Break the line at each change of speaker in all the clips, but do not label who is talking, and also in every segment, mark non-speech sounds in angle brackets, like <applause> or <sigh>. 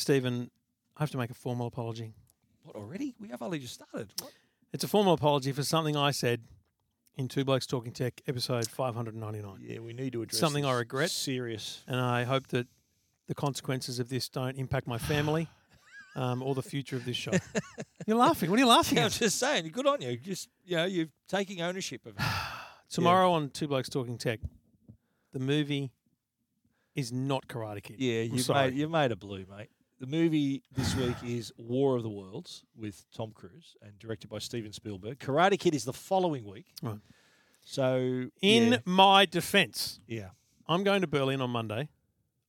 Stephen, I have to make a formal apology.
What already? We have only just started. What?
It's a formal apology for something I said in Two Blokes Talking Tech, episode 599.
Yeah, we need to address
Something I
this.
regret.
Serious.
And I hope that the consequences of this don't impact my
<laughs>
family um, or the future of this show. You're laughing. What are you laughing
Yeah, I'm
at?
just saying. Good on you. Just you know, you're taking ownership of it.
<laughs>
Tomorrow on Two Blokes Talking Tech, the movie is not Karate Kid.
Yeah,
I'm
you've
sorry.
made you've made a blue, mate. The movie this week is War of the Worlds with Tom Cruise and directed by Steven Spielberg. Karate Kid is the following week.
Right.
So
In
yeah,
my defense,
yeah.
I'm going to Berlin on Monday.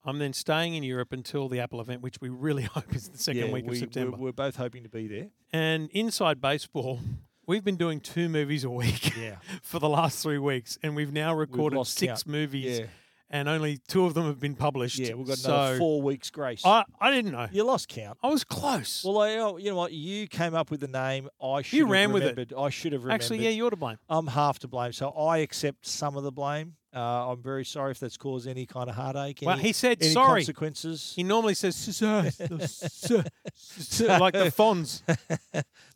I'm then staying in Europe until the Apple event, which we really <laughs> hope is the second
Yeah,
week of
we-
September.
We're, we're both hoping to be there.
and inside baseball, <laughs> we've been doing two movies a week <laughs>
Yeah.
for the last three weeks, and we've now recorded
lost
six
count.
movies,
Yeah.
and only two of them have been published.
Yeah, we've got
so
another four weeks grace.
I, I didn't know.
you lost count.
I was close.
Well, I, oh, you know what? You came up with the name. I should have
ran with it.
remembered. I should have remembered.
Actually, yeah, you're to blame.
I'm half to blame, so I accept some of the blame. Uh, I'm very sorry if that's caused any kind of heartache.
Well,
any,
he said
any
sorry.
consequences.
He normally says
<laughs>
"Sir, sir, sir," like the Fonz.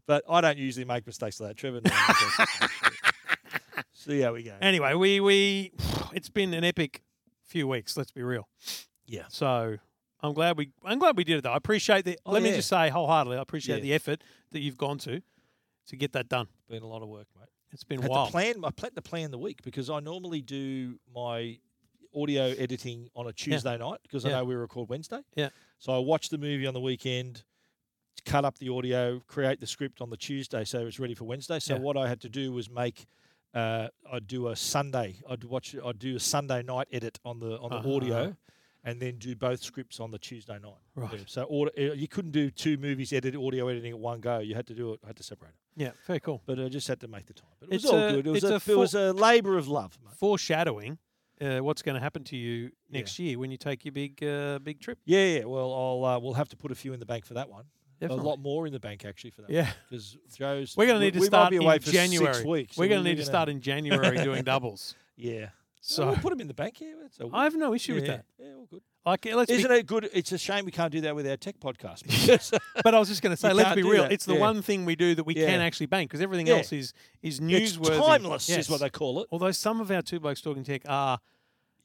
but I don't usually make mistakes like that. Trevor, normally
<laughs>
does. see how we go.
Anyway, we we it's been an epic few weeks. Let's be real.
Yeah.
So I'm glad we I'm glad we did it though. I appreciate the.
Oh,
let me
yeah.
just say wholeheartedly, I appreciate
Yeah.
the effort that you've gone to to get that done.
Been a lot of work, mate.
It's been
Had
wild.
to plan. I plan to plan the week because I normally do my audio editing on a Tuesday night because I
Yeah.
know we record Wednesday.
Yeah.
So I watch the movie on the weekend, cut up the audio, create the script on the Tuesday so it's ready for Wednesday. So
Yeah.
what I had to do was make. Uh, I'd do a Sunday. I'd watch. I'd do a Sunday night edit on the on the
Uh-huh.
audio, and then do both scripts on the Tuesday night. Yeah,
Right.
So audio, you couldn't do two movies edit audio editing at one go. You had to do it. I had to separate it.
Yeah. Very cool.
But I just had to make the time. But it was
It's
all
a-
good. It was
it's
a,
a
it was a labour of love. Mate.
Foreshadowing. Uh, what's going to happen to you
Yeah.
next year when you take your big uh, big trip?
Yeah, yeah. Well, I'll uh, we'll have to put a few in the bank for that one.
Definitely.
A lot more in the bank actually for that.
Yeah,
Because Joe's.
we're going to
we-
need to
we might
start
be away
in
for
January.
Six weeks.
we're
so
going to
we're
need to
gonna-
start in January doing doubles.
<laughs> Yeah. So
So
we'll put them in the bank. Yeah. It's a
I have no issue with
yeah,
that.
Yeah, all good.
Like, let's be
Isn't it good? It's a shame we can't do that with our tech podcast. <laughs> because-
But I was just going to say,
You
let's
can't
be
do
real.
that.
It's the
Yeah.
one thing we do that we
Yeah.
can actually bank because everything
Yeah.
else is is
it's
newsworthy.
timeless,
Yes.
is what they call it.
Although some of our two blokes talking tech are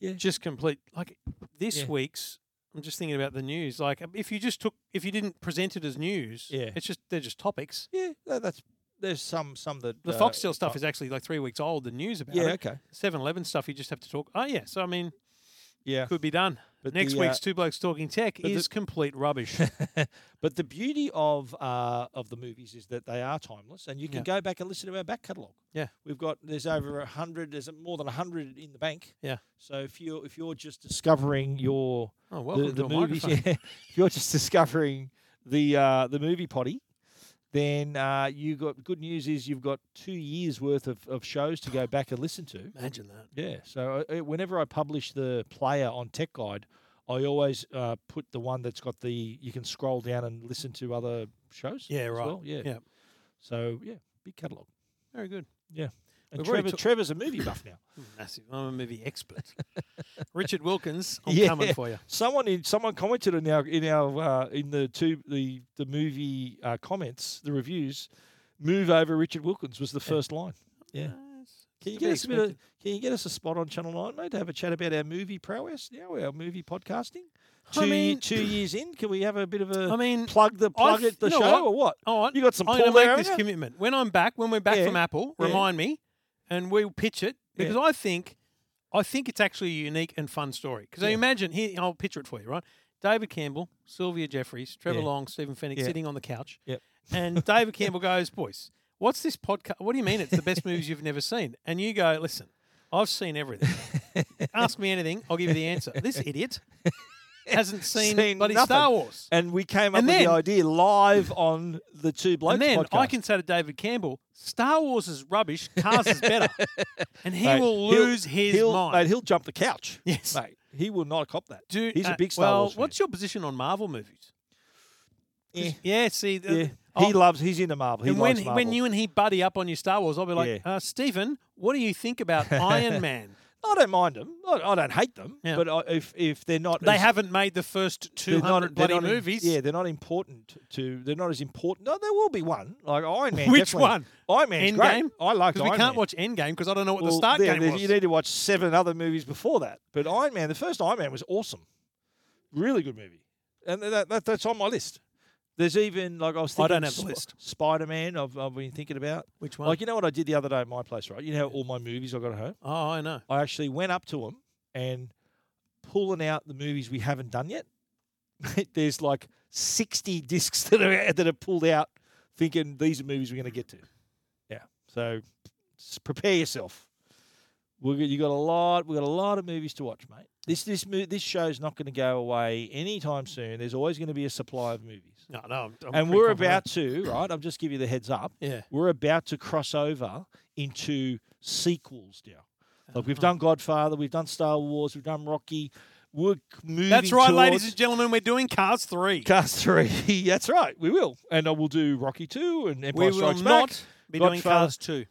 Yeah.
just complete. Like this
Yeah.
week's, I'm just thinking about the news. Like um, if you just took, if you didn't present it as news,
Yeah.
it's just they're just topics.
Yeah. that- That's there's some some that
The
uh,
Foxtel stuff
fi-
is actually like three weeks old. The news about
Yeah.
it.
Okay.
7-Eleven stuff you just have to talk. Oh yeah, so I mean,
Yeah.
could be done.
But
Next
the, uh,
week's two blokes talking tech
but the-
is complete
<laughs>
rubbish.
But the beauty of uh, of the movies is that they are timeless, and you can
Yeah.
go back and listen to our back catalogue.
Yeah.
we've got there's over a hundred, there's more than a hundred in the bank.
Yeah.
So if you are if you're just discovering your
oh,
the-
welcome
the,
to a
<laughs> movies,
microphone.
yeah, if you're just discovering the uh, the movie potty, then uh, you got good news is you've got two years worth of, of shows to go back and listen to.
Imagine that.
Yeah. So uh, uh, whenever I publish the player on Tech Guide, I always uh, put the one that's got the you can scroll down and listen to other shows.
Yeah,
as
right.
well. Yeah.
Yeah.
So yeah, big catalog.
Very good.
And
We've already
Trevor,
took-
Trevor's a movie buff now.
Massive. I'm a movie expert. Richard Wilkins, I'm
<laughs> Yeah.
coming for you.
Someone in someone commented in our in our uh, in the two the the movie uh, comments the reviews. Move over, Richard Wilkins was the first line. Yeah. Can
to be
you get us a bit of,
expected.
Can you get us a spot on Channel Nine, mate, to have a chat about our movie prowess now, our movie podcasting? Two
I
ye-
mean-
two years in, can we have a bit of a
I mean, oh,
plug the plug
I've-
it the
you know
show
what?
or what?
all right,
You got some
I'm going
pull
to
there,
make this
haven't you?
commitment. When I'm back, when we're back
Yeah.
from Apple,
Yeah.
remind me, and we'll pitch it
Yeah.
because I think, I think it's actually a unique and fun story. Because I
Yeah.
imagine here, I'll picture it for you, right? David Campbell, Sylvia Jeffries, Trevor
Yeah.
Long, Stephen Fennick
Yeah.
sitting on the couch,
Yep. <laughs>
and David Campbell goes, "Boys, what's this podcast? What do you mean it's the best movies you've never seen?" And you go, "Listen, I've seen everything.
<laughs>
Ask me anything, I'll give you the answer." This idiot hasn't seen,
Seen
bloody
nothing.
Star Wars.
And we came up
And
with
then-
the idea live on the Two Blokes
And then
podcast.
I can say to David Campbell, Star Wars is rubbish, Cars is
<laughs>
better. And he
Mate,
will
he'll-
lose his
he'll,
mind.
Mate, he'll jump the couch.
Yes.
mate, he will not cop that.
Do-
He's
uh,
a big Star
well,
Wars fan.
what's your position on Marvel movies? 'Cause-
Yeah.
Yeah, see. the-
yeah.
I'll-
he loves. He's into Marvel. He
and when,
likes Marvel.
when you and he buddy up on your Star Wars, I'll be like,
Yeah. <laughs>
uh, Stephen, what do you think about Iron Man?
I don't mind them. I, I don't hate them.
Yeah.
But I, if if they're not,
They
as-
haven't made the first
they're
two
not-
hundred
they're
bloody
not in-
movies. <laughs>
Yeah, they're not important to. They're not as important. No, there will be one. Like Iron Man.
<laughs> Which
definitely.
one?
Iron Man's
Endgame?
great. I liked
Because
Iron
we can't
Man.
watch Endgame because I don't know what the
Well,
start
there-
game
there-
was.
You need to watch seven other movies before that. But Iron Man, the first Iron Man was awesome. Really good movie. And that, that that's on my list. There's even like I was
I
thinking
don't have the list.
Spider Man I've, I've been thinking about.
Which one?
Like you know what I did the other day at my place, right? You know all my movies I got at home?
oh, I know.
I actually went up to them and pulling out the movies we haven't done yet. <laughs> There's like 60 discs that are that are pulled out, thinking these are movies we're going to get to. Yeah, so s- prepare yourself. We're, you got a lot. We got a lot of movies to watch, mate. This this mo- this show's not going to go away anytime soon. There's always going to be a supply of movies,
No, no. I'm, I'm
and
pretty
we're
confident.
about to right. I'll just give you the heads up
Yeah.
we're about to cross over into sequels now. Like
Uh-huh.
we've done Godfather, we've done Star Wars, we've done Rocky. We're c- moving.
That's right, ladies
towards
and gentlemen. We're doing Cars Three.
Cars three. <laughs> That's right. We will, and I will do Rocky two and Empire
we will
Strikes
not
Back.
be doing
Godfather.
Cars Two.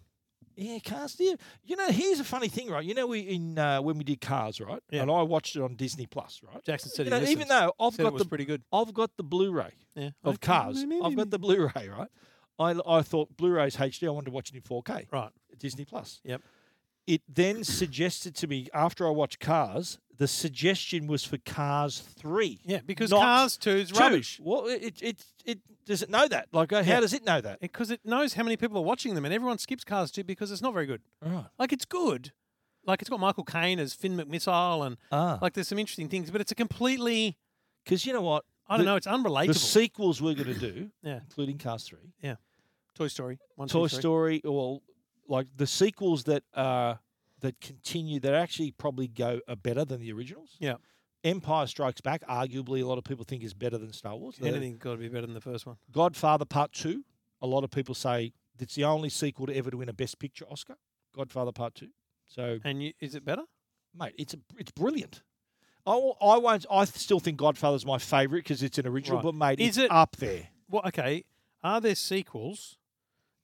Yeah, Cars. Yeah. You know, here's a funny thing, right? You know, we in uh, when we did Cars, right?
Yeah.
And I watched it on Disney Plus, right?
Jackson said
You
he
know, even
listened.
though I've
said it
got
was
the
pretty good.
I've got the Blu-ray
Yeah.
of Cars. I've got the Blu-ray, right? I I thought Blu-ray's HD. I wanted to watch it in 4K.
right.
Disney Plus.
Yep.
It then suggested to me after I watched Cars, the suggestion was for Cars Three.
Yeah, because
Not
Cars Two is
Two.
rubbish
Well, it it it does it know that? Like, uh, how
Yeah.
does it know that?
because it knows how many people are watching them, and everyone skips Cars Two because it's not very good.
Right.
Like it's good. Like it's got Michael Caine as Finn McMissile, and
Ah,
like there's some interesting things, but it's a completely
because you know what?
I don't
The-
know. It's unrelatable.
The sequels we're going to do,
Yeah.
including Cars Three,
Toy Story. One, two,
Toy
three.
Story, or like the sequels that are that continue that actually probably go are better than the originals.
Yeah.
Empire Strikes Back, arguably, a lot of people think is better than Star Wars. They're-
Anything's got to be better than the first one.
Godfather Part Two. A lot of people say it's the only sequel to ever to win a Best Picture Oscar. Godfather Part Two. So,
And you, is it better?
mate, it's a, it's brilliant. I, will- I won't. I still think Godfather's my favourite because it's an original.
Right.
But mate,
Is
it's
it-
up there?
Well, okay. Are there sequels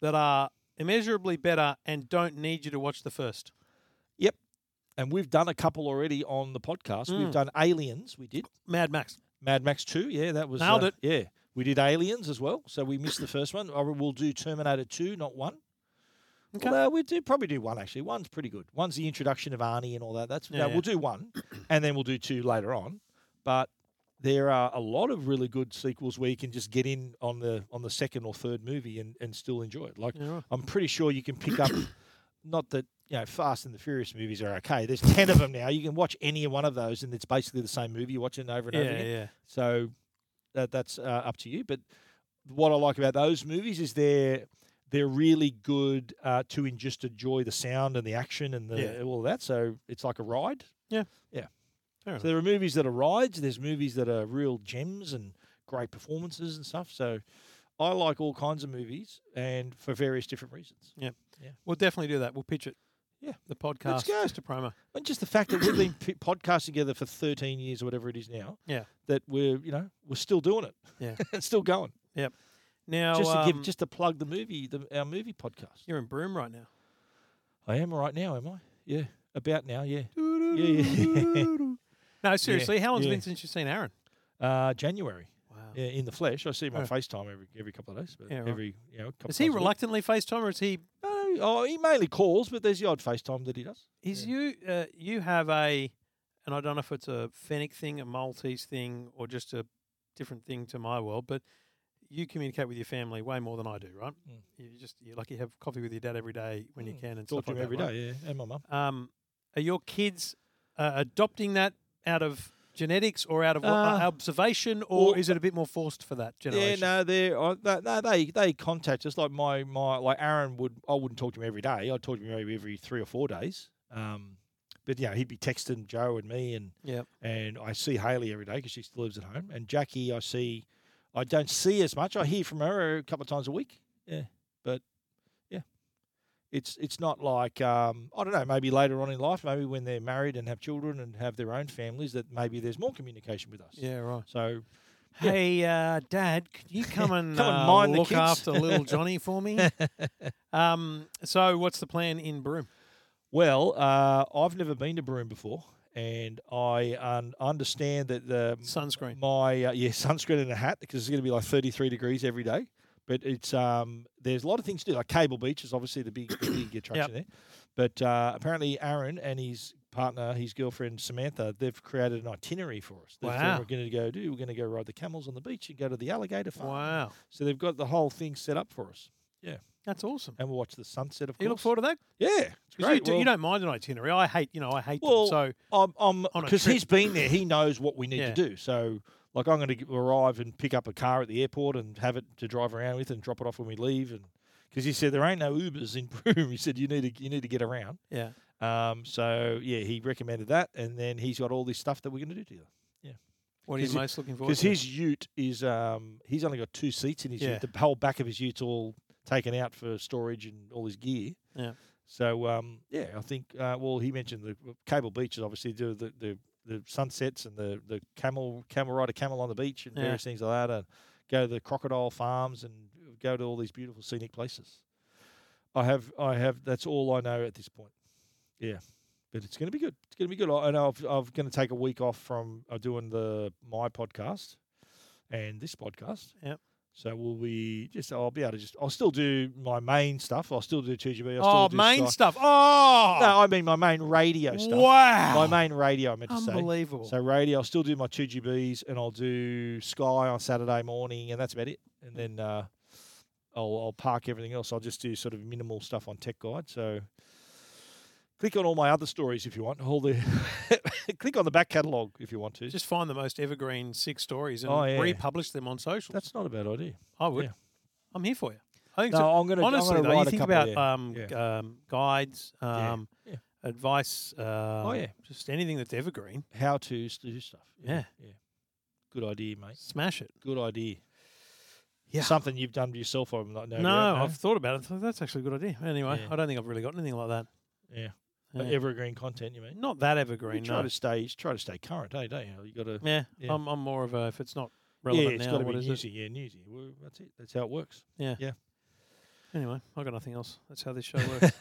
that are immeasurably better and don't need you to watch the first?
And we've done a couple already on the podcast.
Mm.
We've done Aliens. We did
Mad Max.
Mad Max Two. Yeah, that was uh,
Nailed it.
Yeah, we did Aliens as well. So we missed the first one. Or We'll do Terminator Two, not one.
Okay.
Although we do probably do one actually. One's pretty good. One's the introduction of Arnie and all that. That's
Yeah,
no,
yeah.
we'll do one, and then we'll do two later on. But there are a lot of really good sequels where you can just get in on the on the second or third movie and, and still enjoy it. Like
Yeah, right.
I'm pretty sure you can pick up. <coughs> not that you know Fast and the Furious movies are okay. There's ten of them now. You can watch any one of those, and it's basically the same movie. You watch it over and
Yeah,
over again.
yeah.
So that that's uh, up to you. But what I like about those movies is they're they're really good uh, to en- just enjoy the sound and the action and the,
Yeah.
all that. So it's like a ride.
Yeah.
yeah.
Fair
so there are movies that are rides. There's movies that are real gems and great performances and stuff. So I like all kinds of movies and for various different reasons.
We'll definitely do that. We'll pitch it.
Yeah.
The podcast.
go.
Just a promo.
And just the fact that we've been
<coughs>
p- podcasting together for 13 years or whatever it is now.
Yeah.
That we're you know we're still doing it.
Yeah.
<laughs> it's still going.
Now,
just to
um,
give, just to plug the movie, the, our movie podcast.
you're in Broome right now.
I am right now, am I? Yeah, about now. <laughs> Yeah,
no, seriously. how long's it
yeah.
been since you've seen Aaron?
uh, January.
Wow.
Yeah, in the flesh. I see my
Yeah.
FaceTime every every couple of days, but
Oh. Yeah, right.
every you know. Couple
Is he
times a week.
reluctantly FaceTime or is he?
No, oh, he mainly calls, but there's the odd FaceTime that he does.
Is you? Uh, you have a, and I don't know if it's a Fennec thing, a Maltese thing, or just a different thing to my world, but you communicate with your family way more than I do, right?
Mm.
You just you like you have coffee with your dad every day when you
Mm.
can and
Talk to
stuff
him
like
every
that,
day.
right?
Yeah, and my mum.
Um, are your kids uh, adopting that out of genetics or out of what, uh,
Uh,
observation, or
well,
is it a bit more forced for that
Yeah,
generation?
no, they're uh, they, no, they they contact us like my my like Aaron would. I wouldn't talk to him every day. I'd talk to him maybe every three or four days. Um, but you know, he'd be texting Joe and me and
Yep.
and I see Haley every day because she still lives at home. And Jackie, I see, I don't see as much. I hear from her a couple of times a week. Yeah, but yeah, it's it's not like um, I don't know. Maybe later on in life, maybe when they're married and have children and have their own families, that maybe there's more communication with us.
Yeah, right.
So Yeah.
Hey, uh, Dad, could
<laughs>
you come and,
Come and
uh,
mind the
look
kids. <laughs>
after little Johnny for me? um, so, what's the plan in Broome?
Well, uh, I've never been to Broome before, and I un- understand that the
Sunscreen.
my uh, yeah <laughs> sunscreen and a hat because it's going to be like 33 degrees every day. But it's um there's a lot of things to do. Like Cable Beach is obviously the big the
<coughs>
big attraction there. But uh, apparently Aaron and his partner, his girlfriend Samantha, they've created an itinerary for us. They've said
Wow.
We're going to go do. We're going to go ride the camels on the beach and go to the alligator farm.
Wow.
So they've got the whole thing set up for us,
That's awesome.
and we'll watch the sunset. Of
You look
course,
forward to that?
yeah, it's
'Cause
great.
You, do,
Well-
you don't mind an itinerary. I hate, you know, I hate
Well,
them.
I'm, I'm
on a
because
trip.
he's been there. He knows what we need
Yeah.
to do. So, like, I'm going to arrive and pick up a car at the airport and have it to drive around with and drop it off when we leave. And because he said there ain't no Ubers in <laughs> Broome, he said you need to you need to get around.
So, yeah.
Um, so yeah, he recommended that, and then he's got all this stuff that we're going to do together.
What are you
'Cause he-
most looking forward
Because
to?
his Ute is um, he's only got two seats in his
Yeah.
Ute. The whole back of his Ute's all taken out for storage and all his gear.
Yeah.
So um, yeah, I think uh, well he mentioned the Cable Beach is obviously the the, the, the sunsets and the, the camel camel ride a camel on the beach and
Yeah.
various things like that. And go to the crocodile farms and go to all these beautiful scenic places. I have I have that's all I know at this point. Yeah. But it's going to be good. It's going to be good. I I know I've, I'm going to take a week off from uh, doing the my podcast and this podcast.
Yep.
So we'll be just. I'll be able to just. I'll still do my main stuff. I'll still do 2GB. I'll
Oh,
still do
main
Sky-
stuff. Oh,
No, I mean my main radio stuff.
wow.
My main radio. I meant to say.
Unbelievable.
So radio, I'll still do my two GBs, and I'll do Sky on Saturday morning, and that's about it. And then uh, I'll, I'll park everything else. I'll just do sort of minimal stuff on Tech Guide. So click on all my other stories if you want. All the <laughs> click on the back catalogue if you want to.
Just find the most evergreen six stories and
Oh, yeah.
republish them on social.
that's not a bad idea.
I would.
yeah.
I'm here for you. I think so.
No, I'm gonna
Honestly,
I'm gonna
though, you
write a
think
couple.
about
yeah.
um, um, guides,
Yeah.
um,
Yeah.
advice. Um, oh
yeah.
just anything that's evergreen.
how to s- do stuff.
Yeah.
yeah. Good idea, mate.
Smash it.
Good idea.
Yeah.
Something you've done to yourself, I'm not
No,
no, doubt,
I've thought about it. I thought that's actually a good idea. Anyway,
Yeah.
I don't think I've really got anything like that.
yeah. But
Yeah.
Evergreen content, you mean?
Not that
You
evergreen.
try
No.
to stay, you try to stay current, eh? Don't you? You got to.
yeah,
Yeah.
I'm, I'm more of a if it's not
Yeah,
relevant
it's
now,
got to
what
be
is it?
newsy. Yeah, newsy. Well, that's it. That's how it works.
Anyway, I got nothing else. That's how
<laughs>
this show works.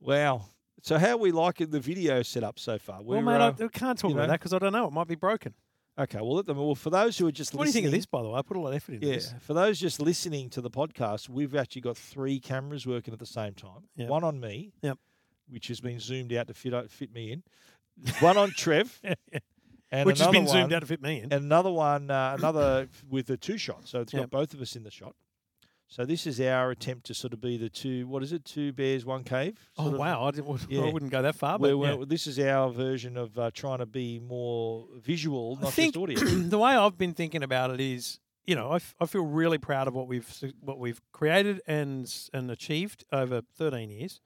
Wow. So how are we liking the video setup so far?
well,
We're,
mate,
uh,
I, I can't talk
you
about
know.
that because I don't know. It might be broken.
okay. Well, let them. Well, for those who are just
What do you
listening,
think of this, by the way? I put a lot of effort into
Yeah,
this.
for those just listening to the podcast, we've actually got three cameras working at the same time.
Yep.
One on me,
Yep.
which has been zoomed out to fit o- fit me in. One on <laughs> Trev, and
Which has
another
been zoomed
one-
out to fit me in.
and another one, uh,
<coughs>
another with a two shot. So it's got
Yep.
both of us in the shot. So this is our attempt to sort of be the two. What is it? Two bears, one cave.
Oh
sort of-
wow! I, didn't, <laughs> well,
yeah.
I wouldn't go that far, but
Where we're-
yeah.
This is our version of uh, trying to be more visual,
I
not
think <clears throat>
just
<coughs>
audio.
the way I've been thinking about it is, you know, I, f- I feel really proud of what we've s- what we've created and s- and achieved over 13 years,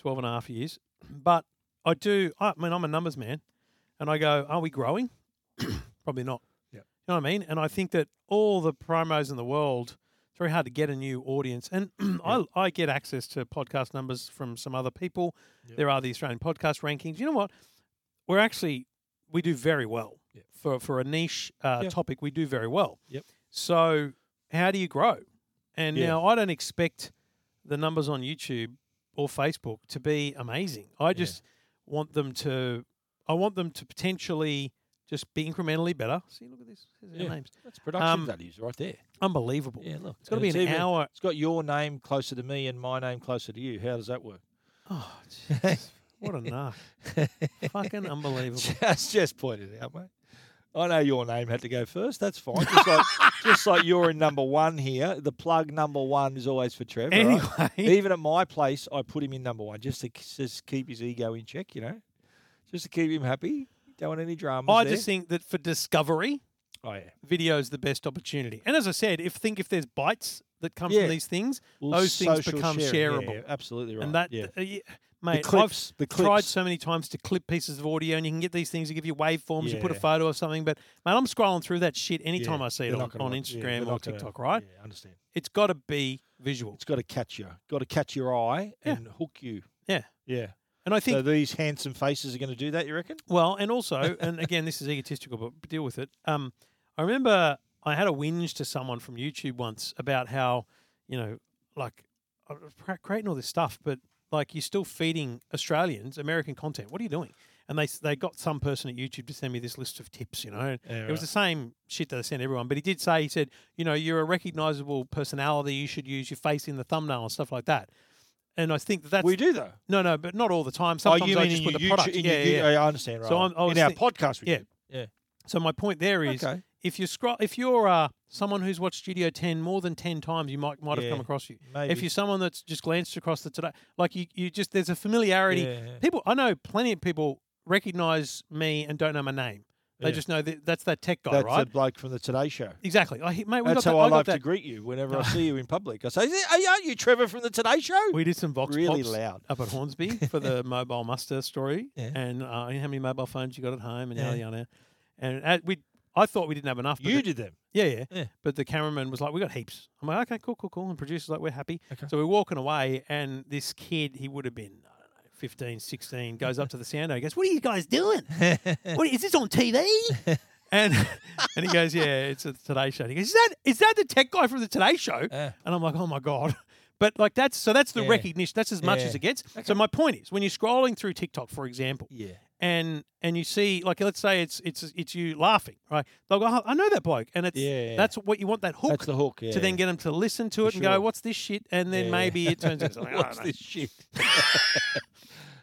12 and a half years. But I do. I mean, I'm a numbers man, and I go, are we growing? <coughs> Probably not.
Yep.
You know what I mean? And I think that all the promos in the world, it's very hard to get a new audience. And <clears throat> I, I get access to podcast numbers from some other people.
Yep.
There are the Australian podcast rankings. You know what? We're actually we do very well
Yep.
for for a niche uh,
Yeah.
topic. We do very well.
Yep.
So how do you grow? And
Yeah.
now I don't expect the numbers on YouTube or Facebook to be amazing. I just want them to. I want them to potentially just be incrementally better. See, look at this. Here's our
Yeah.
names.
That's production
Um,
values right there.
Unbelievable.
Yeah, look.
It's got to
And
be an
even-
hour.
<laughs> It's got your name closer to me and my name closer to you. How does that work?
Oh, jeez. what a narc. <laughs> Fucking
<laughs>
unbelievable.
Just, just point it out, mate. I know your name had to go first. That's fine.
<laughs>
Just like, just like you're in number one here. The plug number one is always for Trevor.
Anyway,
Even at my place, I put him in number one just to k- just keep his ego in check. You know, just to keep him happy. Don't want any drama.
I just think that for discovery,
oh yeah.
video is the best opportunity. And as I said, if think if there's bites that come
Yeah.
from these things,
Well,
those things
social
become
sharing, yeah,
shareable.
absolutely right.
and that,
yeah.
uh, yeah, mate,
clips,
I've
the clips.
tried so many times to clip pieces of audio, and you can get these things to give you waveforms. You put a
Yeah.
photo or something, but mate, I'm scrolling through that shit anytime
Yeah,
I see
they're
it on,
not gonna
on
want- yeah,
Instagram
they're
or
not gonna-
TikTok. Right?
Yeah, I understand.
It's got to be visual,
It's got to catch you. Got to catch your eye
Yeah.
and hook you.
Yeah.
Yeah.
and I think
so these handsome faces are going to do that. You reckon?
Well, and also, and again, this is egotistical, but deal with it. Um, I remember I had a whinge to someone from YouTube once about how, you know, like I was cre- "Oh, creating all this stuff, but Like you're still feeding Australians American content. What are you doing? And they s- they got some person at YouTube to send me this list of tips. You know, and
Yeah,
it was the same shit that they sent everyone. But he did say he said, you know, you're a recognizable personality. You should use your face in the thumbnail and stuff like that. And I think that that's
we do though.
no, no, but not all the time. Sometimes I just put the product.
Oh, in
yeah,
your,
yeah, yeah.
I understand. Right.
So I'm- I was
in our
thi-
podcast, we
yeah.
do.
So my point there is,
Okay.
if you scroll, if you're uh, someone who's watched Studio 10 more than 10 times, you might might have
Yeah,
come across you.
Maybe.
If you're someone that's just glanced across the today, like you, you just there's a familiarity.
Yeah, yeah.
People, I know plenty of people recognize me and don't know my name. They
Yeah.
just know that that's that tech guy,
that's
right?
the bloke from the Today Show.
exactly. I, mate, we got
That's
that,
how I,
got
like
that.
to greet you whenever
<laughs>
I see you in public. I say, "Is it- "Aren't you Trevor from the Today Show?"
We did some vox
really
pops
loud.
up at
<laughs>
Hornsby for the mobile muster story,
Yeah.
and uh, how many mobile phones you got at home, and
Yeah.
yada yada. And uh, we, I thought we didn't have enough. but
You
the-
did
<laughs>
them.
Yeah, yeah,
Yeah.
But the cameraman was like, "We got heaps." I'm like, "Okay, cool, cool, cool." And producer's like, "We're happy."
Okay.
So we're walking away, and this kid, he would have been I don't know, 15, 16, goes up to the sound. He goes, "What are you guys
<laughs>
doing? What is this on TV?" and <laughs> and he goes, "Yeah, it's a Today Show." And he goes, "Is that is that the tech guy from the Today Show?"
Yeah.
And I'm like, "Oh my god." <laughs> But like that's so that's the
Yeah.
recognition. That's as much
Yeah.
as it gets. So my point is, when you're scrolling through TikTok, for example,
yeah.
and and you see like let's say it's it's it's you laughing right they'll go oh, i know that bloke and it's
Yeah, yeah.
that's what you want that hook
That's the hook. Yeah.
to then get them to listen to it and go
sure.
what's this shit and then
Yeah, yeah.
maybe it turns
<laughs>
into something
What's this shit?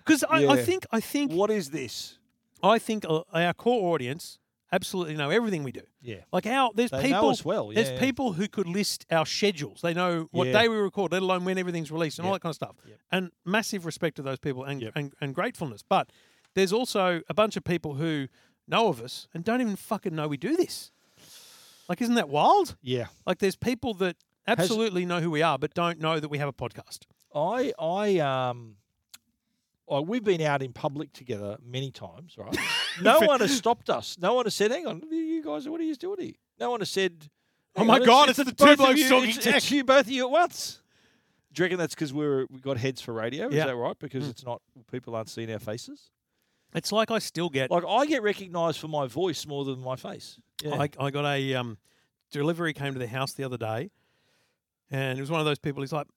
because I, I
Yeah.
think i think
What is this?
i think uh, our core audience absolutely know everything we do
Yeah.
like our there's
They
people
know us well. Yeah.
there's people who could list our schedules they know what
Yeah.
day we record let alone when everything's released and all that kind of stuff
Yep.
and massive respect to those people and,
Yep.
and and gratefulness but there's also a bunch of people who know of us and don't even fucking know we do this like isn't that wild
Yeah.
like there's people that absolutely know who we are but don't know that we have a podcast
I I um I, we've been out in public together many times, <laughs> right? no one has stopped us. No one has said, "Hang on, you guys, what are you doing?" Here? No one has said,
Oh
"Hang
my
on,
God, it's the two
both of
blokes
you-
talking
it's,
tech."
it's you, both of you at once. Do you reckon that's because we're we got heads for radio?
Yeah.
Is that right? Because
Mm.
it's not people aren't seeing our faces.
it's like i still get
Like I get recognised for my voice more than my face. Yeah.
I, I got a um, delivery came to the house the other day, and it was one of those people. He's like,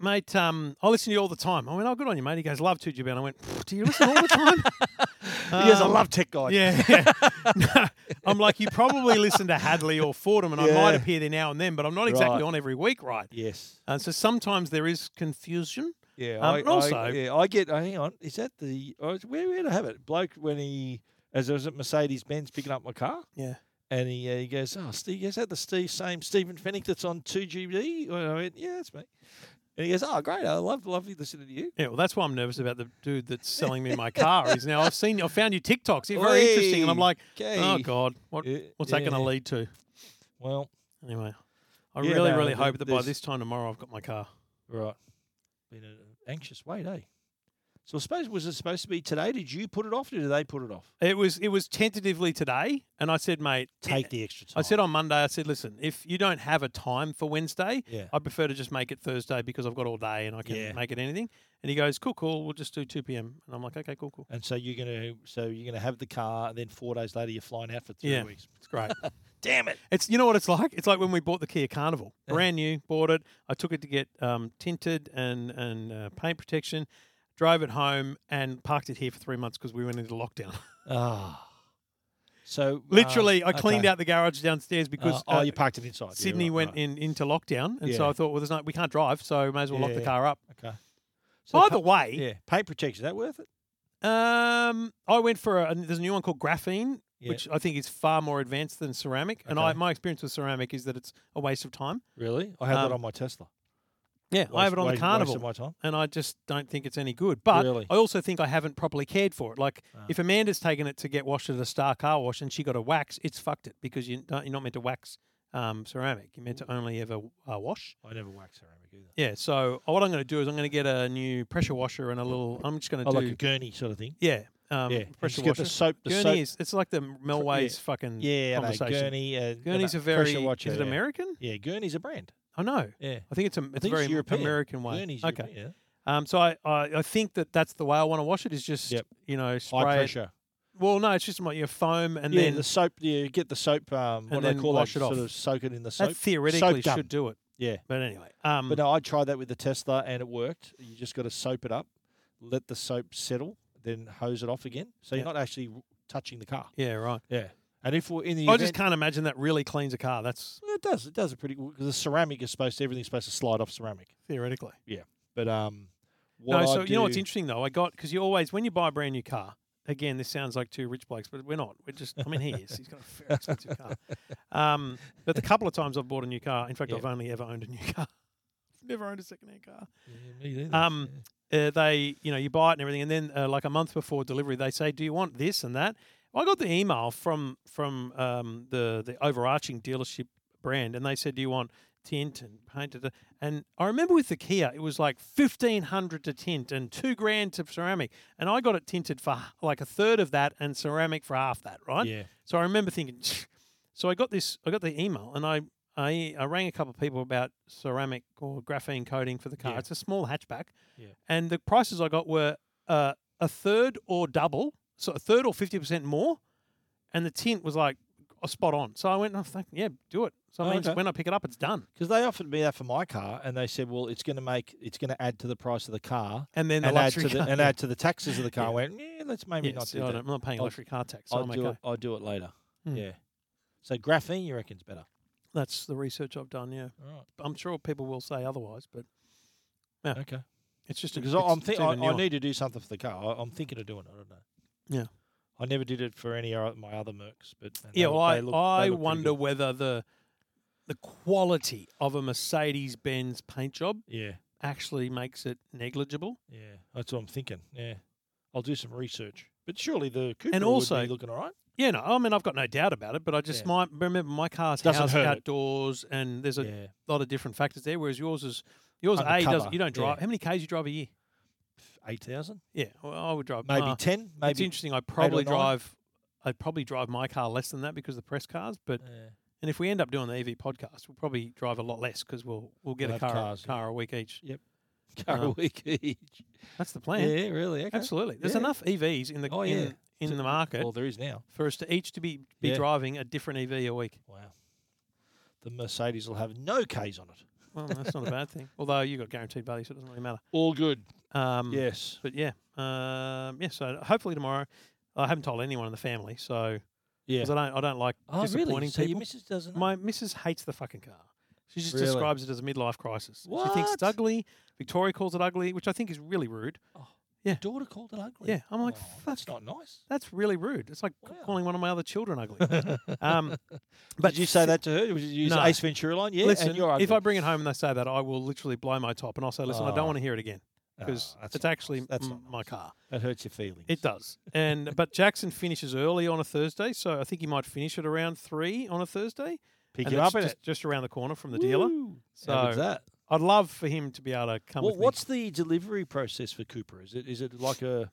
"Mate, um, I listen to you all the time." I went, "Oh, good on you, mate." He goes, "Love to you, Ben." I went, "Pfft, "Do you listen all the
<laughs>
time?"
you guys, I
Um,
love tech guy.
Yeah, <laughs> No, I'm like, you probably listen to Hadley or Fordham, and I might
Yeah.
appear there now and then, but I'm not exactly
Right.
on every week, right?
Yes.
And so sometimes there is confusion.
Yeah,
Um,
I,
and also-
I, yeah, I get. uh, Hang on, is that the oh, it's- where where to have it? Bloke when he as I was at Mercedes Benz picking up my car,
Yeah.
and he uh, he goes, oh, Steve, is that the Steve same Stephen Fennick that's on two GB? And I went, yeah, that's me. And he goes, oh, great, I love lovely listening to you.
Yeah, well, that's why I'm nervous about the dude that's selling me
<laughs>
my car. Is now I've seen, I found your TikToks. They're very interesting, and I'm
Oi,
like,
Okay,
oh god, what,
Yeah,
what's that going to
yeah.
lead to?
Well,
Anyway, I
Yeah,
really,
no,
really
th-
hope that by
there's-
this time tomorrow I've got my car.
right, been an anxious wait, eh? So I suppose was it supposed to be today? Did you put it off, or did they put it off?
It was it was tentatively today, and I said, mate, eh,"
Take the extra time.
I said on Monday, I said, listen, if you don't have a time for Wednesday,
yeah,
I prefer to just make it Thursday because I've got all day and I can
Yeah.
make it anything. And he goes, cool, cool, we'll just do two p.m. And I'm like, okay, cool, cool,
and so you're gonna so you're gonna have the car, and then four days later you're flying out for three
Yeah.
weeks.
it's great.
<laughs> Damn it.
It's you know what it's like. It's like when we bought the Kia Carnival,
Yeah.
brand new. Bought it. I took it to get um, tinted and and uh, paint protection. Drove it home and parked it here for three months because we went into
<laughs>
lockdown.
Ah. So
Literally, I cleaned out the garage downstairs because
oh,
uh,
you parked it inside.
Sydney went in into lockdown, and so
Yeah.
I thought, well, there's no, we can't drive, so may as well lock the
Yeah.
car up.
Okay. So
By
pa-
the way,
yeah, paint protection. Is that worth it?
um, I went for a, there's a new one called graphene,
Yeah.
which I think is far more advanced than ceramic. And I,
Okay.
my experience with ceramic is that it's a waste of time.
Really? I had
Um,
that on my Tesla.
Yeah, I have
Waste-
it on the
waste-
carnival,
Wasted my time.
and I just don't think it's any good. But
Really?
I also think I haven't properly cared for it. Like
Ah.
if Amanda's taken it to get washed at a Star Car Wash and she got a wax, it's fucked it because you don't, you're not meant to wax um, ceramic. You're meant to only ever uh, wash.
Ah, I never wax ceramic either.
Yeah. So uh, what I'm going to do is I'm going to get a new pressure washer and a little. I'm just going to
Oh,
do.
like a gurney sort of thing.
yeah. Um,
yeah. and
Pressure
you got
washer.
the soap. The
Gurney
soap.
is. It's like the Melways fucking.
yeah, no,
conversation.
gurney. Uh,
Gurney's
no,
a very.
pressure watcher.
is it
yeah.
American?
Yeah, gurney's a brand.
I know.
Yeah.
I think it's a. It's a
think it's
very
European.
American way.
Gurney's
okay.
European, yeah.
Um. So I, I I think that that's the way I want to wash it. Is just
Yep.
you know spray
High
it.
pressure.
Well, no, it's just like your foam and
yeah,
then
the soap. Yeah, you get the soap.
And
Um, what do
then
they call
wash
that?
it off.
Sort of soak it in the
that
soap.
theoretically
gum.
should do it.
Yeah.
But anyway, um,
But uh, no, I tried that with the Tesla and it worked. You just got to soap it up, let the soap settle, then hose it off again. So you're
Yeah.
not actually r- touching the car.
yeah, right.
Yeah. And if we're in the
I
event,
just can't imagine that really cleans a car. That's
Well, it does. It does a pretty because the ceramic is supposed to everything's supposed to slide off ceramic.
theoretically.
But um, what
no,
I
so you know what's
do-
interesting though? I got because you always when you buy a brand new car. Again, this sounds like two rich blokes, but we're not. We're just. I mean, he is. He's got a very expensive car. Um, but the couple of times I've bought a new car, in fact,
Yeah.
I've only ever owned a new <laughs> car. I've never owned a second-hand car.
Yeah, me neither.
Um, uh, they, you know, you buy it and everything, and then uh, like a month before delivery, they say, "Do you want this and that?" Well, I got the email from from um, the the overarching dealership brand, and they said, "Do you want tint and paint?" da- da?" And I remember with the Kia, it was like fifteen hundred to tint and two grand to ceramic, and I got it tinted for h- like a third of that and ceramic for half that,
yeah.
right?
yeah.
So I remember thinking, so I got this, I got the email, and I, I, I rang a couple of people about ceramic or graphene coating for the car.
Yeah.
It's a small hatchback,
Yeah.
and the prices I got were uh, a third or double, so a third or fifty percent more, and the tint was like uh, spot on. So I went, oh, thank, yeah, do it. So
Oh,
I mean,
okay.
when I pick it up, it's done,
Because they offered me that for my car, and they said, "Well, it's going to make it's going to add to the price of the car,
and then
and,
the
add
luxury
to the
car-
and
yeah.
add to the taxes of the car."
Yeah.
I went, "Yeah, let's maybe
Yeah,
not
so
do
I
that.
don't- I'm not paying
I'll-
luxury car tax, so
I'll
I'm
do
okay.
it. I'll do it later."
Hmm.
Yeah. So graphene, you reckon's better?
That's the research I've done. Yeah,
All
I'm sure people will say otherwise, but
right. Okay.
it's just a-
Because
it's-
I'm
it's
think
even
I, I
newer.
need to do something for the car. I, I'm thinking of doing it. I don't know.
Yeah.
I never did it for any of my other Mercs, but and they
Yeah,
look-
well, I,
they look- they
I
look pretty
wonder
good.
whether the the quality of a Mercedes Benz paint job
Yeah,
actually makes it negligible.
yeah, that's what I'm thinking. Yeah, I'll do some research. But surely the Cooper would
also-
be looking all right.
Yeah, no, I mean I've got no doubt about it, but I just
Yeah.
might remember my car's
Doesn't
house
hurt it.
outdoors, and there's a
yeah,
lot of different factors there. Whereas yours is yours A does
Undercover,
you don't drive
yeah.
how many k's you drive a year?
eight thousand,
Yeah, well, I would drive
maybe
uh,
ten,
It's
maybe.
interesting. I probably
nine.
drive. I'd probably drive my car less than that because of the press cars, but
yeah.
and if we end up doing the EV podcast, we'll probably drive a lot less because we'll we'll get
We'll
a
have
car
cars, yeah.
car a week each.
Car a
Uh,
week each.
That's the
Uh-huh. Yeah,
plan.
really. Okay.
Absolutely. There's
Yeah.
enough EVs in the
Oh, yeah.
in, in the market
Well, there is now.
for us to each to be, be
Yeah.
driving a different EV a week.
Wow. The Mercedes will have no K's on it.
Well, that's not a bad
<laughs>
thing. Although you got guaranteed value, so it doesn't really matter.
All good.
Um,
Yes.
But yeah, um, yeah. So hopefully tomorrow. I haven't told anyone in the family, so
Yeah.
'cause I don't. I don't like
Oh,
disappointing
really? So your
people.
missus doesn't. know?
My missus hates the fucking car. She just
Really?
describes it as a midlife crisis. She thinks
What?
it's ugly. Victoria calls it ugly, which I think is really rude.
daughter called it ugly.
Yeah, I'm like,
Oh, that's not nice.
That's really rude. It's like
Wow.
calling one of my other children
<laughs>
ugly. um, <laughs> but
Did you say that to her? Did you use
No.
Ace Ventura line? Yeah,
listen,
and you're ugly.
if I bring it home and they say that, I will literally blow my top and I'll say, listen, I
Oh.
don't want to hear it again
Ah,
because
that's
it's
not
actually
nice. That's
m-
not
my
nice.
car.
That hurts your feelings.
It does. And <laughs> but Jackson finishes early on a Thursday, so I think he might finish at around three on a Thursday.
Pick
and
you
that's
up in
just,
it.
just around the corner from the dealer.
So How good's
So-
that?
I'd love for him to be able to come.
Well,
with me.
what's the delivery process for Cooper? Is it is it like a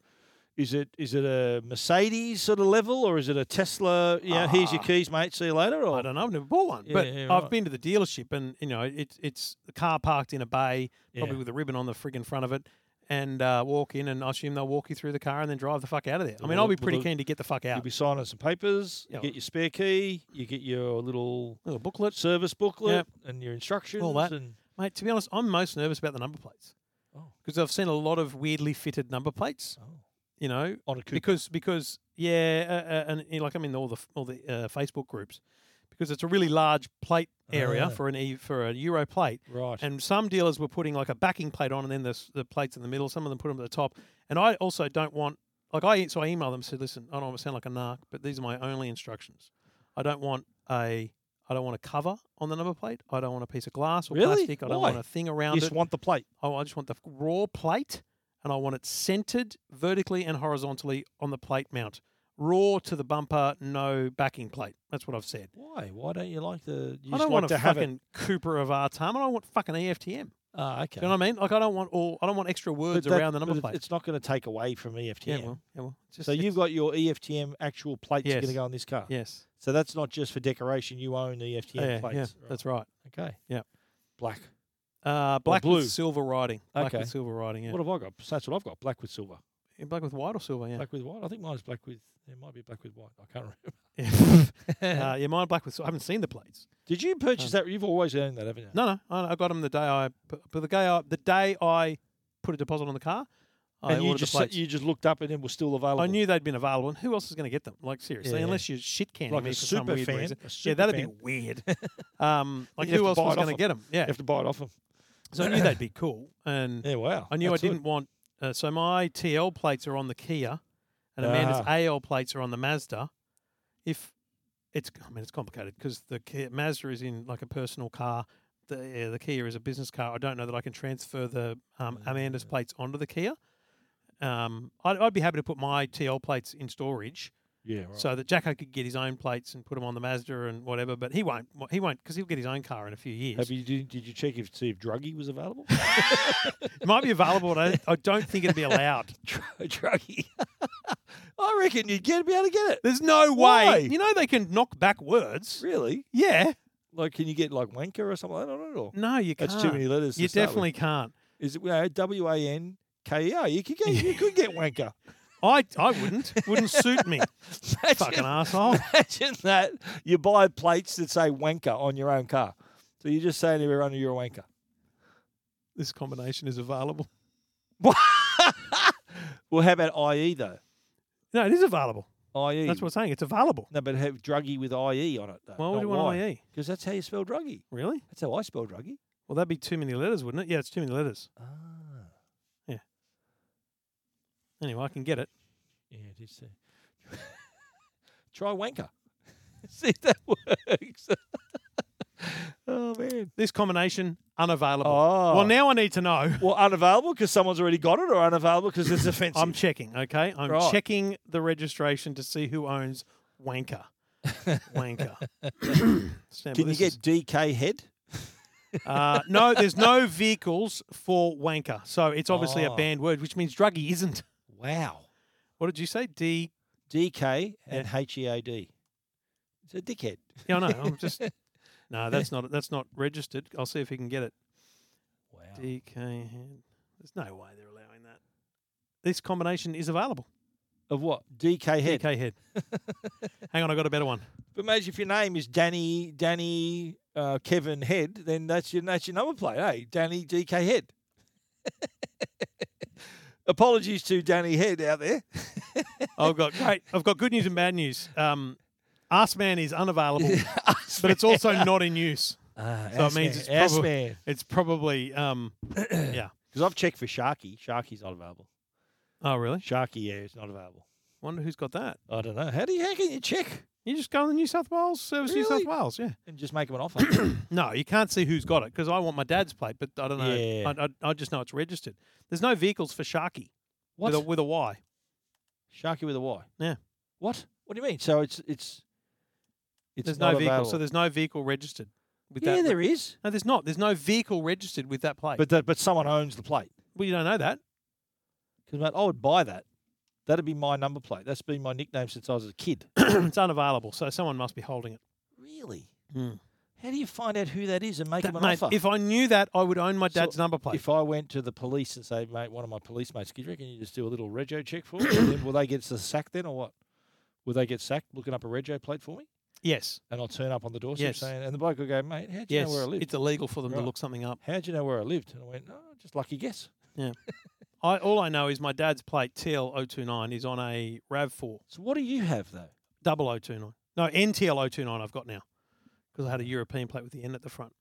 is it is it a Mercedes sort of level or is it a Tesla? Yeah, here's your
Ah.
keys, mate. See you later. Or
I don't know. I've never bought one, but
Yeah, yeah,
I've
right.
been to the dealership, and you know, it's it's a car parked in a bay,
Yeah.
probably with a ribbon on the friggin' front of it, and uh, walk in, and I assume they'll walk you through the car and then drive the fuck out of there. I mean, I'll
Well,
be pretty
well,
keen to get the fuck
You'll
out.
be signing some papers.
Yeah.
You get your spare key. You get your little
Little booklet,
service booklet and your instructions.
that.
And
mate. To be honest, I'm most nervous about the number plates
Oh.
because I've seen a lot of weirdly fitted number plates.
oh,
You know,
on a Cooper.
because because yeah, uh, uh, and you know, like I'm in all the f- all the uh, Facebook groups because it's a really large plate area
Ah.
for an e for a Euro plate.
right.
And some dealers were putting like a backing plate on, and then the s- the plates in the middle. Some of them put them at the top. And I also don't want like I e-, so I emailed them said, listen, I don't want to sound like a narc, but these are my only instructions. I don't want a I don't want a cover on the number plate. I don't want a piece of glass or
Really?
plastic. I don't
Why?
want a thing
you
around
just
it. Oh,
want the plate.
I, I just want the f- raw plate, and I want it centered vertically and horizontally on the plate mount. Raw to the bumper, no backing plate. That's what I've said.
Why? Why don't you like the?
I
You just
don't
like
want a
to have it.
fucking Cooper of our time. I don't want fucking E EFTM.
Ah, okay.
Do you know what I mean? Like I don't want all I don't want extra words
that-
around the number
but it-
plate.
It's not going to take away from E EFTM.
yeah, well, yeah, well. it's Just,
so you've
it's-
got your E EFTM actual plates are going to
Yes.
go on this car.
yes,
So that's not just for decoration. You own the EFTM
yeah, yeah,
plates.
that's right.
right. Okay.
Yeah.
Black.
Uh, black
blue.
with silver writing. Black
Okay.
with silver writing. Yeah.
What have I got? That's what I've got. Black with silver.
In black with white or silver? Yeah.
Black with white. I think mine's black with. It might be black with white. I can't remember. <laughs>
<laughs> uh, <laughs> yeah, mine black with. sil- I haven't seen the plates.
Did you purchase that? You've always owned that, haven't you?
Uh. No, no, I, I got them the day I, pu- but the day I, the day I put a deposit on the car, I
and you
ordered
just
the
said-
plates.
you just looked up and it was still available.
I knew they'd been available, and who else is going to get them? Like seriously,
Yeah, yeah.
unless you're shit canning
like
me
a
for some
super
weird
fan.
reason.
a
Yeah,
super
that'd
fan.
be
<laughs>
weird. um, like
You'd have
who
to
else
buy
was
it off
going to get them?
You <laughs>
Yeah,
have to buy it off them.
so I knew they'd be cool,
<laughs>
and
Yeah, wow.
I knew
That's
I
good.
didn't want. Uh, so my TL plates are on the Kia, and Amanda's
Ah.
AL plates are on the Mazda. If it's, I mean, it's complicated because the Kia, Mazda is in like a personal car. The yeah, the Kia is a business car. I don't know that I can transfer the um,
Mm,
Amanda's plates onto the Kia. Um, I'd, I'd be happy to put my TL plates in storage
Yeah, right.
so that Jacko could get his own plates and put them on the Mazda and whatever. But he won't. He won't because he'll get his own car in a few years.
Have you did, did you check if see if druggy was
<laughs>
available?
It might be available. But I, I don't think it'd be allowed.
druggy. <laughs> I reckon you'd get be able to get it.
There's no way.
Why?
You know they can knock back words.
Really?
Yeah.
Like, can you get like wanker or something? I don't know.
No, you can't.
That's too many letters.
You
to start with.
definitely can't.
is it uh, W A N K E R? You could get you could get
<laughs>
wanker. <laughs>
I I wouldn't. Wouldn't suit <laughs> me. Fucking
Imagine,
asshole.
<laughs> imagine that you buy plates that say wanker on your own car, so you're just saying to everyone you're a wanker. <laughs>
This combination is available.
Well, how about I E though?
No, it is available.
I E.
That's what I'm saying. It's available.
No, but have druggy with I E on it though.
Why would you want IE?
Because that's how you spell druggy.
Really?
That's how I spell druggy.
Well, that'd be too many letters, wouldn't it? Yeah, it's too many letters.
Ah,
Anyway, I can get it.
yeah, it is. uh, <laughs> Try wanker. <laughs> See if that <laughs> works. oh man.
This combination unavailable.
Oh.
Well, now I need to <laughs> know.
Well, unavailable because someone's already got it, or unavailable because <laughs> it's offensive.
I'm checking. Okay, I'm
Right.
checking the registration to see who owns <laughs> Wanker. <coughs> Wanker. Stand by,
Can you
this
get
is-
DK head?
Uh, no, there's no vehicles for wanker. So it's obviously a
Oh.
banned word, which means druggy isn't. <laughs>
Wow.
What did you say? D.
DK and H E A D. It's a dickhead.
Yeah, I know. I'm
<laughs>
just. No, that's not that's not registered. I'll see if he can get it.
Wow.
DK. There's no way they're allowing that. This combination is available.
of what? DK head.
DK
<laughs>
head. Hang on, I got a better one.
But imagine if your name is Danny, Danny, uh, Kevin Head, then that's your that's your number plate, hey? Danny DK Head. <laughs> Apologies to Danny Head out <laughs> there.
I've got great. I've got good news and bad news. Um, Ass man is unavailable,
<laughs> Ass
but it's also not in use.
man.
so Ah, it means it's
ass
probably-
man.
It's probably um. Yeah.
Because I've checked for Sharky. Sharky's not available.
Oh really?
Sharky, yeah, it's not available.
Wonder who's got that.
I don't know. How do you how can you check
You just go on the New South Wales Service, New South
Really?
Wales. Yeah.
and just make him an <coughs> offer?
No, you can't see who's got it because I want my dad's plate, but I don't know.
Yeah.
I, I, I just know it's registered. There's no vehicles for Sharky
what?
with a with a Y.
Sharky with a Y.
Yeah.
What? What do you mean? So it's it's it's
There's
not
no vehicle,
available.
so there's no vehicle registered with
yeah,
that.
there is.
no, there's not. There's no vehicle registered with that plate.
But the, but someone owns the plate.
well, you don't know that. <clears throat>
Because mate, I would buy that. That'd be my number plate. That's been my nickname since I was a kid.
it's unavailable, so someone must be holding it.
<coughs> really?
Hmm.
How do you find out who that is and make
That-
him an
mate,
offer?
if I knew that, I would own my
So
dad's number plate.
If I went to the police and say, mate, one of my police mates, can you reckon you just do a little rego check for <coughs> me? And then will they get the sack then or what? Will they get sacked looking up a rego plate for me?
yes,
And I'll turn up on the doorstep
Yes.
saying, and the bloke will go, mate, how do you
yes,
know where I lived?
it's illegal for them to
Right.
look something up.
How'd you know where I lived? And I went, oh, just lucky guess.
I all I know is my dad's plate TL029 is on a Rav4.
So what do you have though?
double O two nine. No, NTL O two nine. I've got now because I had a European plate with the N at the front.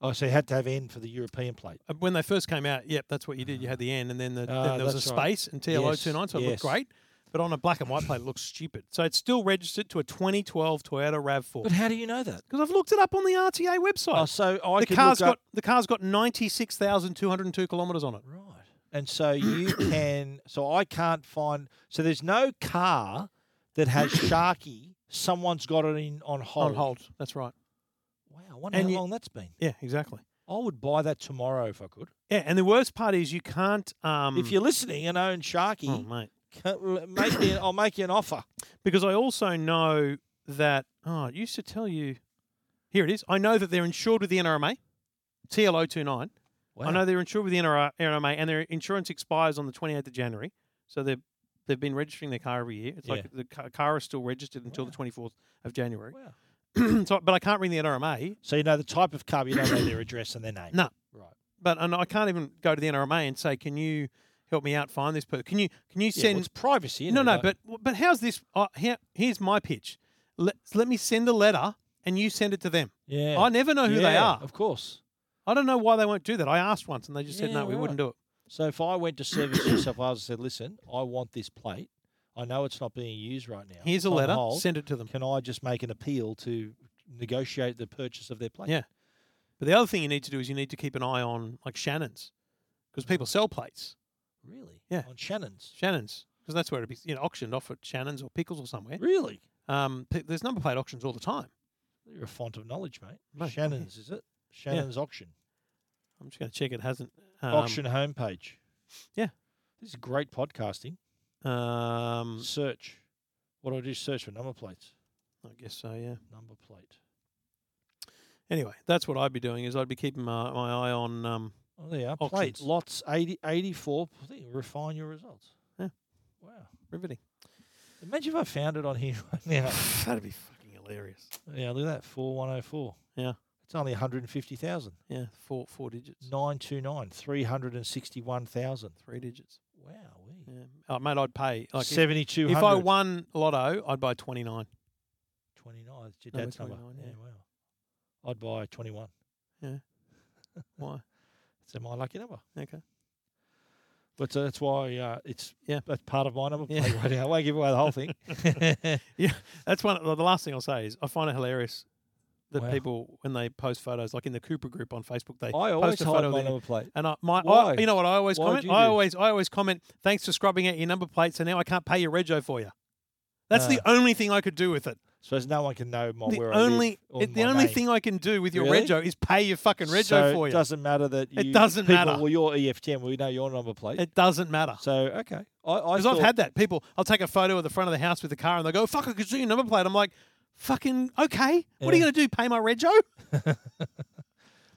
Oh, so you had to have N for the European plate.
Uh, When they first came out, yep, that's what you did. You had the N, and then, the,
Ah,
then there was a
that's right.
space and TL O two nine, so it
Yes,
looked
yes.
great. But on a black and white plate, it looks stupid. So it's still registered to a 2012 Toyota Rav Four
But
because
how do you know that?
I've looked it up on the RTA
Oh,
website.
so I
the
could
car's
look
got
up-
the car's got 96,202 kilometres on it.
Right. And so <clears throat> you can. So I can't find. So there's no car that <clears throat> has Sharky. Someone's got it in on hold.
On hold. That's right.
Wow. I wonder
And
how
you-
long that's been.
Yeah, exactly.
I would buy that tomorrow if I could.
Yeah, and the worst part is you can't. Um,
if you're listening and own Sharky,
oh, mate.
ca- make me. I'll make you an offer.
because I also know that oh, it used to tell you. Here it is. I know that they're insured with the NRMA, TL029. I know they're insured with the NRMA, and their insurance expires on the 28th of January. So they've they've been registering their car every year. It's like the ca- car is still registered until the
Wow.
twenty
twenty
fourth of January. <clears throat>
Wow.
so, but I can't ring the NRMA.
So you know the type of car, but you don't know their address and their name.
No.
Right.
But and I can't even go to the NRMA and say, "Can you help me out find this person? Can you can you
Yeah, well,
send?"
it's privacy.
no,
innit?
no.
Like-
but but how's this? Uh, here, here's my pitch. Let let me send a letter and you send it to them.
yeah,
I never know who they
Yeah,
are.
Of course.
I don't know why they won't do that. I asked once and they just said,
Yeah,
"No, we
right.
wouldn't do it."
So if I went to service New South Wales and said, "Listen, I want this plate. I know it's not being used right now.
Here's
It's
a
on
letter.
hold.
Send it to them.
Can I just make an appeal to negotiate the purchase of their plate?
Yeah. But the other thing you need to do is you need to keep an eye on like Shannon's because people sell plates.
Really?
Yeah.
On Shannon's.
Shannon's because that's where it'd be you know auctioned off at Shannon's or Pickles or somewhere.
Really?
Um, p- there's number plate auctions all the time.
You're a font of knowledge, mate.
Mate,
Shannon's is it? Shannon's auction.
I'm just going to check it hasn't um,
auction homepage.
yeah.
This is great podcasting.
Um,
Search. What do I do? Search for number plates.
I guess so. Yeah.
Number plate.
Anyway, that's what I'd be doing is I'd be keeping my, my eye on. Um,
Oh, there you are.
Auctions.
Plate lots 80, 84. I think refine your results.
Yeah.
Wow.
riveting.
Imagine if I found it on here <laughs> right now.
That'd be fucking hilarious.
yeah, look at that. 4104.
Yeah.
It's only 150,000.
Yeah, four four digits,
929, 361,000.
three digits.
Wow. Hmm.
Yeah, oh, mate, I'd pay like if,
7,200.
if I won Lotto, I'd buy twenty nine.
29. It's your
No,
dad's number.
29,
Yeah.
yeah.
wow. I'd buy 21.
Why?
It's my lucky number.
Okay.
But uh, that's why uh, it's
Yeah.
that's part of my number
Yeah.
plate right now. I won't give away the
<laughs>
whole thing. <laughs>
That's one. The last thing I'll say is I find it hilarious that
Wow.
people when they post photos, like in the Cooper group on Facebook, they
I always
post a
hide
photo
my
of their-
number plate.
and I, my, I,
Why?
you know what I always
Why'd
comment?
you
I
do?
always, I always comment. Thanks for scrubbing out your number plate, so now I can't pay your rego for you. That's the only thing I could do with it.
So no one can know my
The
Ah. Oh, where
only,
I live. or
it- the
my
only
name.
thing I can do with your
Really?
rego is pay your fucking rego
so
for
It
you.
doesn't matter that you
It doesn't
people,
matter.
Well, you're E EFTM. We know your number plate.
it doesn't matter.
so okay, I, I
Because I've
thought-
had that. People, I'll take a photo of the front of the house with the car, and they go, "Fuck, I could see your number plate." I'm like, "Fucking okay. What are you
Yeah.
going to do? Pay my rego?"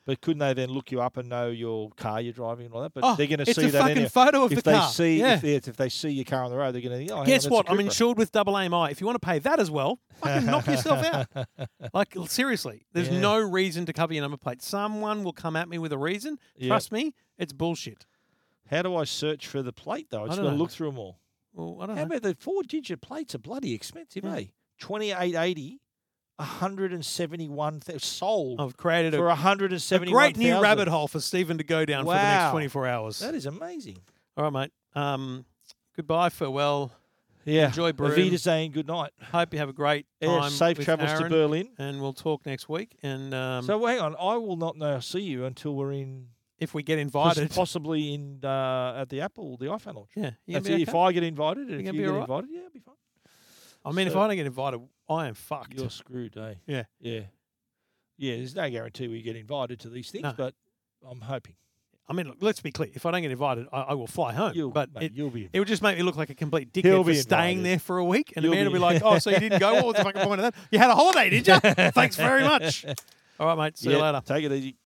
but couldn't they then look you up and know your car you're driving and all that? But
Oh,
they're going to
it's
see
a
that
fucking
anyway.
photo of
if
the
they
car.
see
yeah.
if, they, if they see your car on the road, they're going to think, oh, hang on,
Guess
that's a
what? I'm
Cooper."
insured with double AMI. If you want to pay that as well, fucking
<laughs>
knock yourself out. Like l- seriously, there's
Yeah.
no reason to cover your number plate. Someone will come at me with a reason.
Yeah.
Trust me, it's bullshit.
How do I search for the plate though? I just
don't
got to
know.
look through them all.
Well, I don't
How
know.
about the four-digit plates are bloody expensive,
Yeah.
eh? Twenty-eight eighty, a hundred and seventy-one th- sold
I've created
for
a,
a hundred and
a
seventy-one.
great new rabbit hole for Stephen to go down for the next
Wow.
24 hours.
That is amazing.
All right, mate. Um, goodbye, farewell.
Yeah,
Enjoy Broome.
Avita saying good night.
Hope you have a great
Yeah,
time.
safe
with
travels to
Aaron,
Berlin.
And we'll talk next week. And um,
so hang on, I will not know see you until we're in
if we get
pos-
invited,
possibly in uh, at the Apple, the iPhone launch.
<laughs> yeah, you gonna
That's
be
it.
okay?
If I get invited, and
You
if
gonna
you
be
get
all right?
invited, yeah, it'll be fine.
I mean, if
so-
I don't get invited, I am fucked.
You're screwed, eh?
Yeah.
yeah, yeah. There's no guarantee we get invited to these things,
No.
but I'm hoping
I mean, look, let's be clear. If I don't get invited, I, I will fly home.
you'll,
but
mate,
it,
you'll be.
it would just make me look like a complete
He'll
dickhead for
be
staying
invited.
there for a week. And
You'll
Amanda
be-
will be like, oh, so you didn't go?
<laughs>
What was the fucking point of that? You had a holiday, did you? Thanks very much. All right, mate. See you
Yeah,
later.
Take it easy.